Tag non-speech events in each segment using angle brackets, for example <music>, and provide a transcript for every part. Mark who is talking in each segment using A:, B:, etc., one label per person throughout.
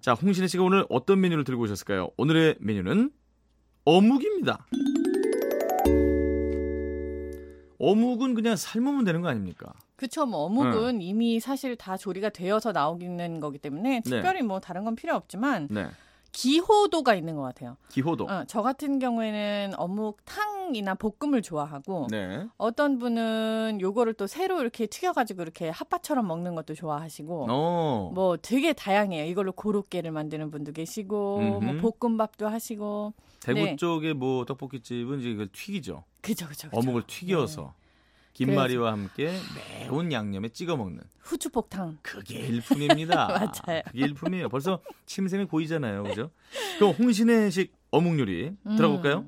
A: 자, 홍신혜 씨가 오늘 어떤 메뉴를 들고 오셨을까요? 오늘의 메뉴는 어묵입니다. 어묵은 그냥 삶으면 되는 거 아닙니까?
B: 그쵸, 뭐 어묵은 이미 사실 다 조리가 되어서 나오기는 거기 때문에 특별히 뭐 다른 건 필요 없지만
A: 네.
B: 기호도가 있는 것 같아요.
A: 기호도.
B: 어, 저 같은 경우에는 어묵탕이나 볶음을 좋아하고
A: 네.
B: 어떤 분은 요거를 또 새로 이렇게 튀겨가지고 이렇게 핫바처럼 먹는 것도 좋아하시고
A: 어.
B: 뭐 되게 다양해요. 이걸로 고로케를 만드는 분도 계시고
A: 음흠.
B: 뭐 볶음밥도 하시고
A: 대구
B: 네.
A: 쪽의 뭐 떡볶이집은 이제 이걸 튀기죠.
B: 그죠 그죠 네. 그죠.
A: 어묵을 튀겨서 김말이와 함께 매운 양념에 찍어 먹는
B: 후추볶탕.
A: 그게 일품입니다.
B: 네. <laughs> 맞아요.
A: 그게 일품이에요. 벌써 침샘이 고이잖아요. 그죠? 그럼 홍신혜식 어묵 요리
B: 음.
A: 들어볼까요?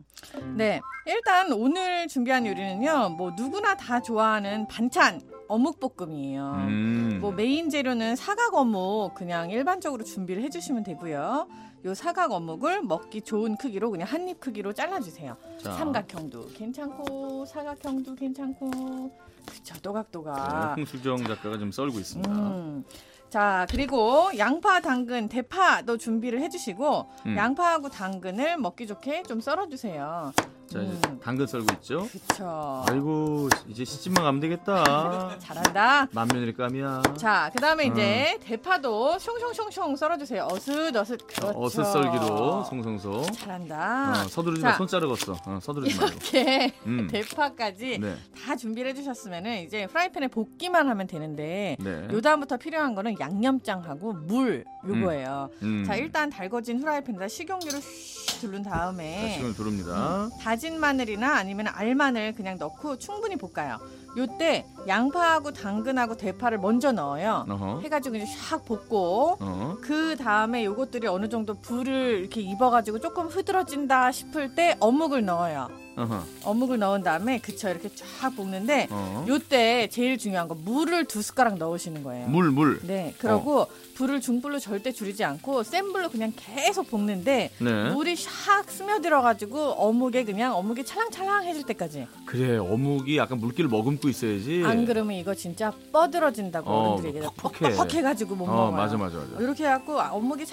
B: 네. 일단 오늘 준비한 요리는요. 뭐 누구나 다 좋아하는 반찬 어묵볶음이에요.
A: 음.
B: 뭐 메인 재료는 사각 어묵 그냥 일반적으로 준비를 해주시면 되고요. 요 사각 어묵을 먹기 좋은 크기로 그냥 한 입 크기로 잘라주세요.
A: 자.
B: 삼각형도 괜찮고 사각형도 괜찮고 그쵸
A: 네,
B: 또각또각.
A: 홍수정 작가가 좀 썰고 있습니다.
B: 아. 음. 자 그리고 양파, 당근, 대파도 준비를 해주시고
A: 음.
B: 양파하고 당근을 먹기 좋게 좀 썰어주세요.
A: 자, 이제
B: 음.
A: 당근 썰고 있죠?
B: 그쵸. 네,
A: 아이고, 이제 시집만 가면
B: <laughs>
A: 되겠다.
B: 잘한다.
A: 만면일 감이야.
B: 자, 그 다음에 이제 대파도 숑숑숑숑 썰어주세요. 어슷어슷. 그렇죠.
A: 어슷 썰기로 송송송.
B: 잘한다.
A: 어, 서두르지 마.
B: 자.
A: 손 자르겠어. 어, 서두르지
B: <laughs>
A: 말고.
B: 이렇게
A: 음.
B: 대파까지
A: 네.
B: 다 준비를 해주셨으면 은 이제 프라이팬에 볶기만 하면 되는데
A: 네.
B: 요 다음부터 필요한 거는 양념장하고 물 요거예요.
A: 음.
B: 자, 일단 달궈진 후라이팬에다 식용유를 슉 두른
A: 자,
B: 네. 다음에
A: 시간을 두릅니다.
B: 다진 마늘이나 아니면 알마늘 그냥 넣고 충분히 볶아요. 요때 양파하고 당근하고 대파를 먼저 넣어요.
A: 어허.
B: 해가지고 이제 샥 볶고
A: 어.
B: 그 다음에 요것들이 어느 정도 불을 이렇게 입어가지고 조금 흐드러진다 싶을 때 어묵을 넣어요.
A: 어허.
B: 어묵을 넣은 다음에 그쵸 이렇게 쫙 볶는데
A: 어.
B: 요때 제일 중요한 건 물을 두 숟가락 넣으시는 거예요.
A: 물, 어. 물.
B: 네, 그러고 불을 중불로 절대 줄이지 않고 센 불로 그냥 계속 볶는데
A: 네.
B: 물이 샥 스며들어가지고 어묵에 그냥 어묵이 찰랑찰랑해질 때까지.
A: 그래, 어묵이 약간 물기를 머금고 있어야지.
B: 안 그러면 이거 진짜 뻐들어진다고
A: 예. 어,
B: 어른들이 얘기해요.
A: 퍽퍽해.
B: 퍽퍽해가지고 못
A: 어,
B: 먹어요.
A: 맞아, 맞아, 맞아.
B: 이렇게 해갖고 어묵이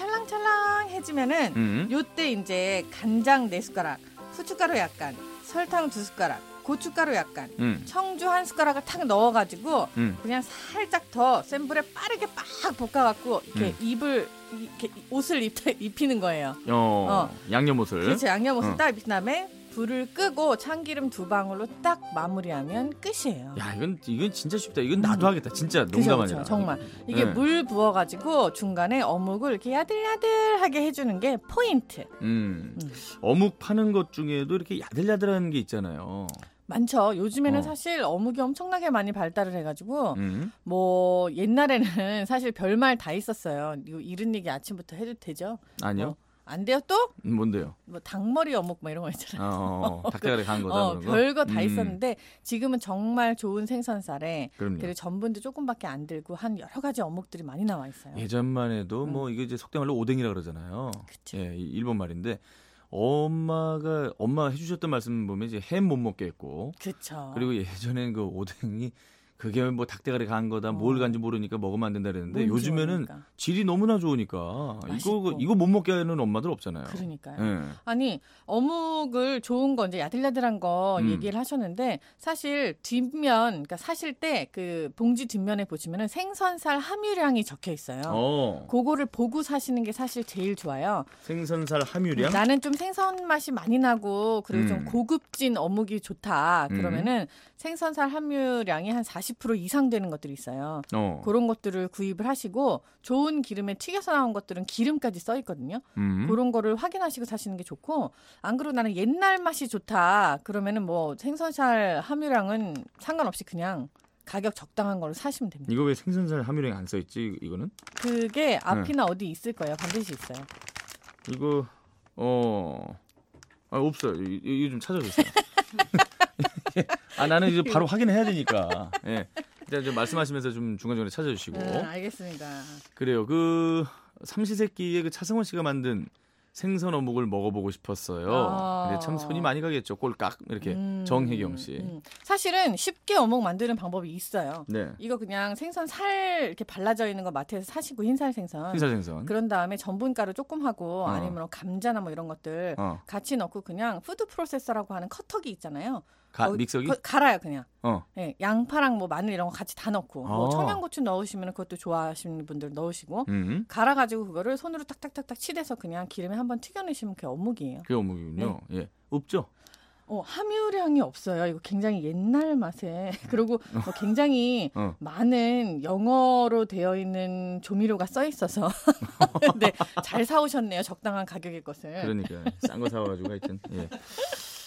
B: 찰랑찰랑해지면은
A: 음.
B: 요때 이제 간장 네 숟가락, 후춧가루 약간, 설탕 두 숟가락, 고춧가루 약간,
A: 음.
B: 청주 한 숟가락을 탁 넣어가지고
A: 음.
B: 그냥 살짝 더 센 불에 빠르게 빡 볶아갖고 이렇게
A: 음.
B: 입을 이렇게 옷을 입, 입히는 거예요.
A: 어. 양념 옷을.
B: 그래서 양념 옷을
A: 어.
B: 딱 입힌 다음에 불을 끄고 참기름 두 방울로 딱 마무리하면 끝이에요.
A: 야, 이건 이건 진짜 쉽다. 이건 나도 하겠다. 진짜
B: 음. 그죠,
A: 농담 아니라.
B: 그죠. 정말 이게
A: 네.
B: 물 부어가지고 중간에 어묵을 이렇게 야들야들하게 해주는 게 포인트.
A: 음.
B: 음.
A: 어묵 파는 것 중에도 이렇게 야들야들한 게 있잖아요.
B: 많죠. 요즘에는
A: 어.
B: 사실 어묵이 엄청나게 많이 발달을 해가지고
A: 음.
B: 뭐 옛날에는 <laughs> 사실 별말 다 있었어요. 이거 이런 얘기 아침부터 해도 되죠?
A: 아니요.
B: 어. 안 돼요 또?
A: 음, 뭔데요?
B: 뭐 닭머리 어묵 뭐 이런 거 있잖아요.
A: 아, 어, <laughs> 어. 닭다리 간 거다
B: <laughs> 어,
A: 그런 거.
B: 별거 다
A: 음,
B: 있었는데 지금은 정말 좋은 생선살에
A: 그럼요.
B: 그리고 전분도 조금밖에 안 들고 한 여러 가지 어묵들이 많이 나와 있어요.
A: 예전만 해도
B: 음.
A: 뭐 이게 이제 속대말로 오뎅이라 그러잖아요.
B: 그쵸.
A: 예, 이- 일본 말인데 엄마가 엄마가 해주셨던 말씀 보면 이제 햄 못 먹게 했고
B: 그렇죠.
A: 그리고 예전엔 그 오뎅이 그게 뭐 닭대가리 간 거다 뭘
B: 어.
A: 간지 모르니까 먹으면 안 된다 그랬는데 요즘에는 질이 너무나 좋으니까 이거 그
B: 맛있고.
A: 이거 못 먹게 하는 엄마들 없잖아요.
B: 그러니까요.
A: 예.
B: 아니 어묵을 좋은 거 이제 야들야들한 거
A: 음.
B: 얘기를 하셨는데 사실 뒷면 그러니까 사실 때 그 봉지 뒷면에 보시면은 생선살 함유량이 적혀 있어요.
A: 어.
B: 그거를 보고 사시는 게 사실 제일 좋아요.
A: 생선살 함유량?
B: 나는 좀 생선 맛이 많이 나고 그리고
A: 음.
B: 좀 고급진 어묵이 좋다.
A: 음.
B: 그러면은 생선살 함유량이 한 40% 이상 되는 것들이 있어요.
A: 어.
B: 그런 것들을 구입을 하시고 좋은 기름에 튀겨서 나온 것들은 기름까지 써 있거든요.
A: 음.
B: 그런 거를 확인하시고 사시는 게 좋고 안 그러고 나는 옛날 맛이 좋다 그러면은 뭐 생선살 함유량은 상관없이 그냥 가격 적당한 걸로 사시면 됩니다.
A: 이거 왜 생선살 함유량 안 써있지 이거는? 네.
B: 그게 앞이나 어디 있을 거예요. 반드시 있어요.
A: 이거 어. 아 없어요. 이- 이- 이거 좀 찾아주세요. <laughs> 아 나는 이제 바로 확인해야 되니까. 예. 일단 좀 말씀하시면서 좀 중간중간에
B: 네,
A: 찾아주시고
B: 음, 알겠습니다.
A: 그래요. 그 삼시세끼의 그 차승원 씨가 만든 생선 어묵을 먹어보고 싶었어요.
B: 아.
A: 근데 참 손이 많이 가겠죠. 꼴깍 이렇게
B: 음,
A: 예, 정혜경 씨.
B: 음. 사실은 쉽게 어묵 만드는 방법이 있어요.
A: 네.
B: 이거 그냥 생선 살 이렇게 발라져 있는 거 마트에서 사시고 흰살 생선.
A: 흰살 생선.
B: 그런 다음에 전분가루 조금 하고
A: 어.
B: 아니면 감자나 뭐 이런 것들
A: 어.
B: 같이 넣고 그냥 푸드 프로세서라고 하는 커터기 있잖아요.
A: 가,
B: 거기-
A: 믹서기.
B: 그거 갈아요 그냥.
A: 어.
B: 예, 양파랑 뭐 마늘 이런 거 같이 다 넣고 뭐
A: 어.
B: 청양고추 넣으시면 그것도 좋아하시는 분들 넣으시고
A: 음.
B: 갈아가지고 그거를 손으로 딱딱딱딱 치대서 그냥 기름에 한번 튀겨내시면 그게 어묵이에요.
A: 그게 어묵이군요.
B: 네.
A: 예. 없죠.
B: 어, 함유량이 없어요. 이거 굉장히 옛날 맛에 <laughs> 그리고 뭐 굉장히
A: 어.
B: 많은 영어로 되어 있는 조미료가 써 있어서 <laughs> 네, 잘 사오셨네요. 적당한 가격의 것을.
A: 그러니까 싼 거 사와가지고 하여튼. 예.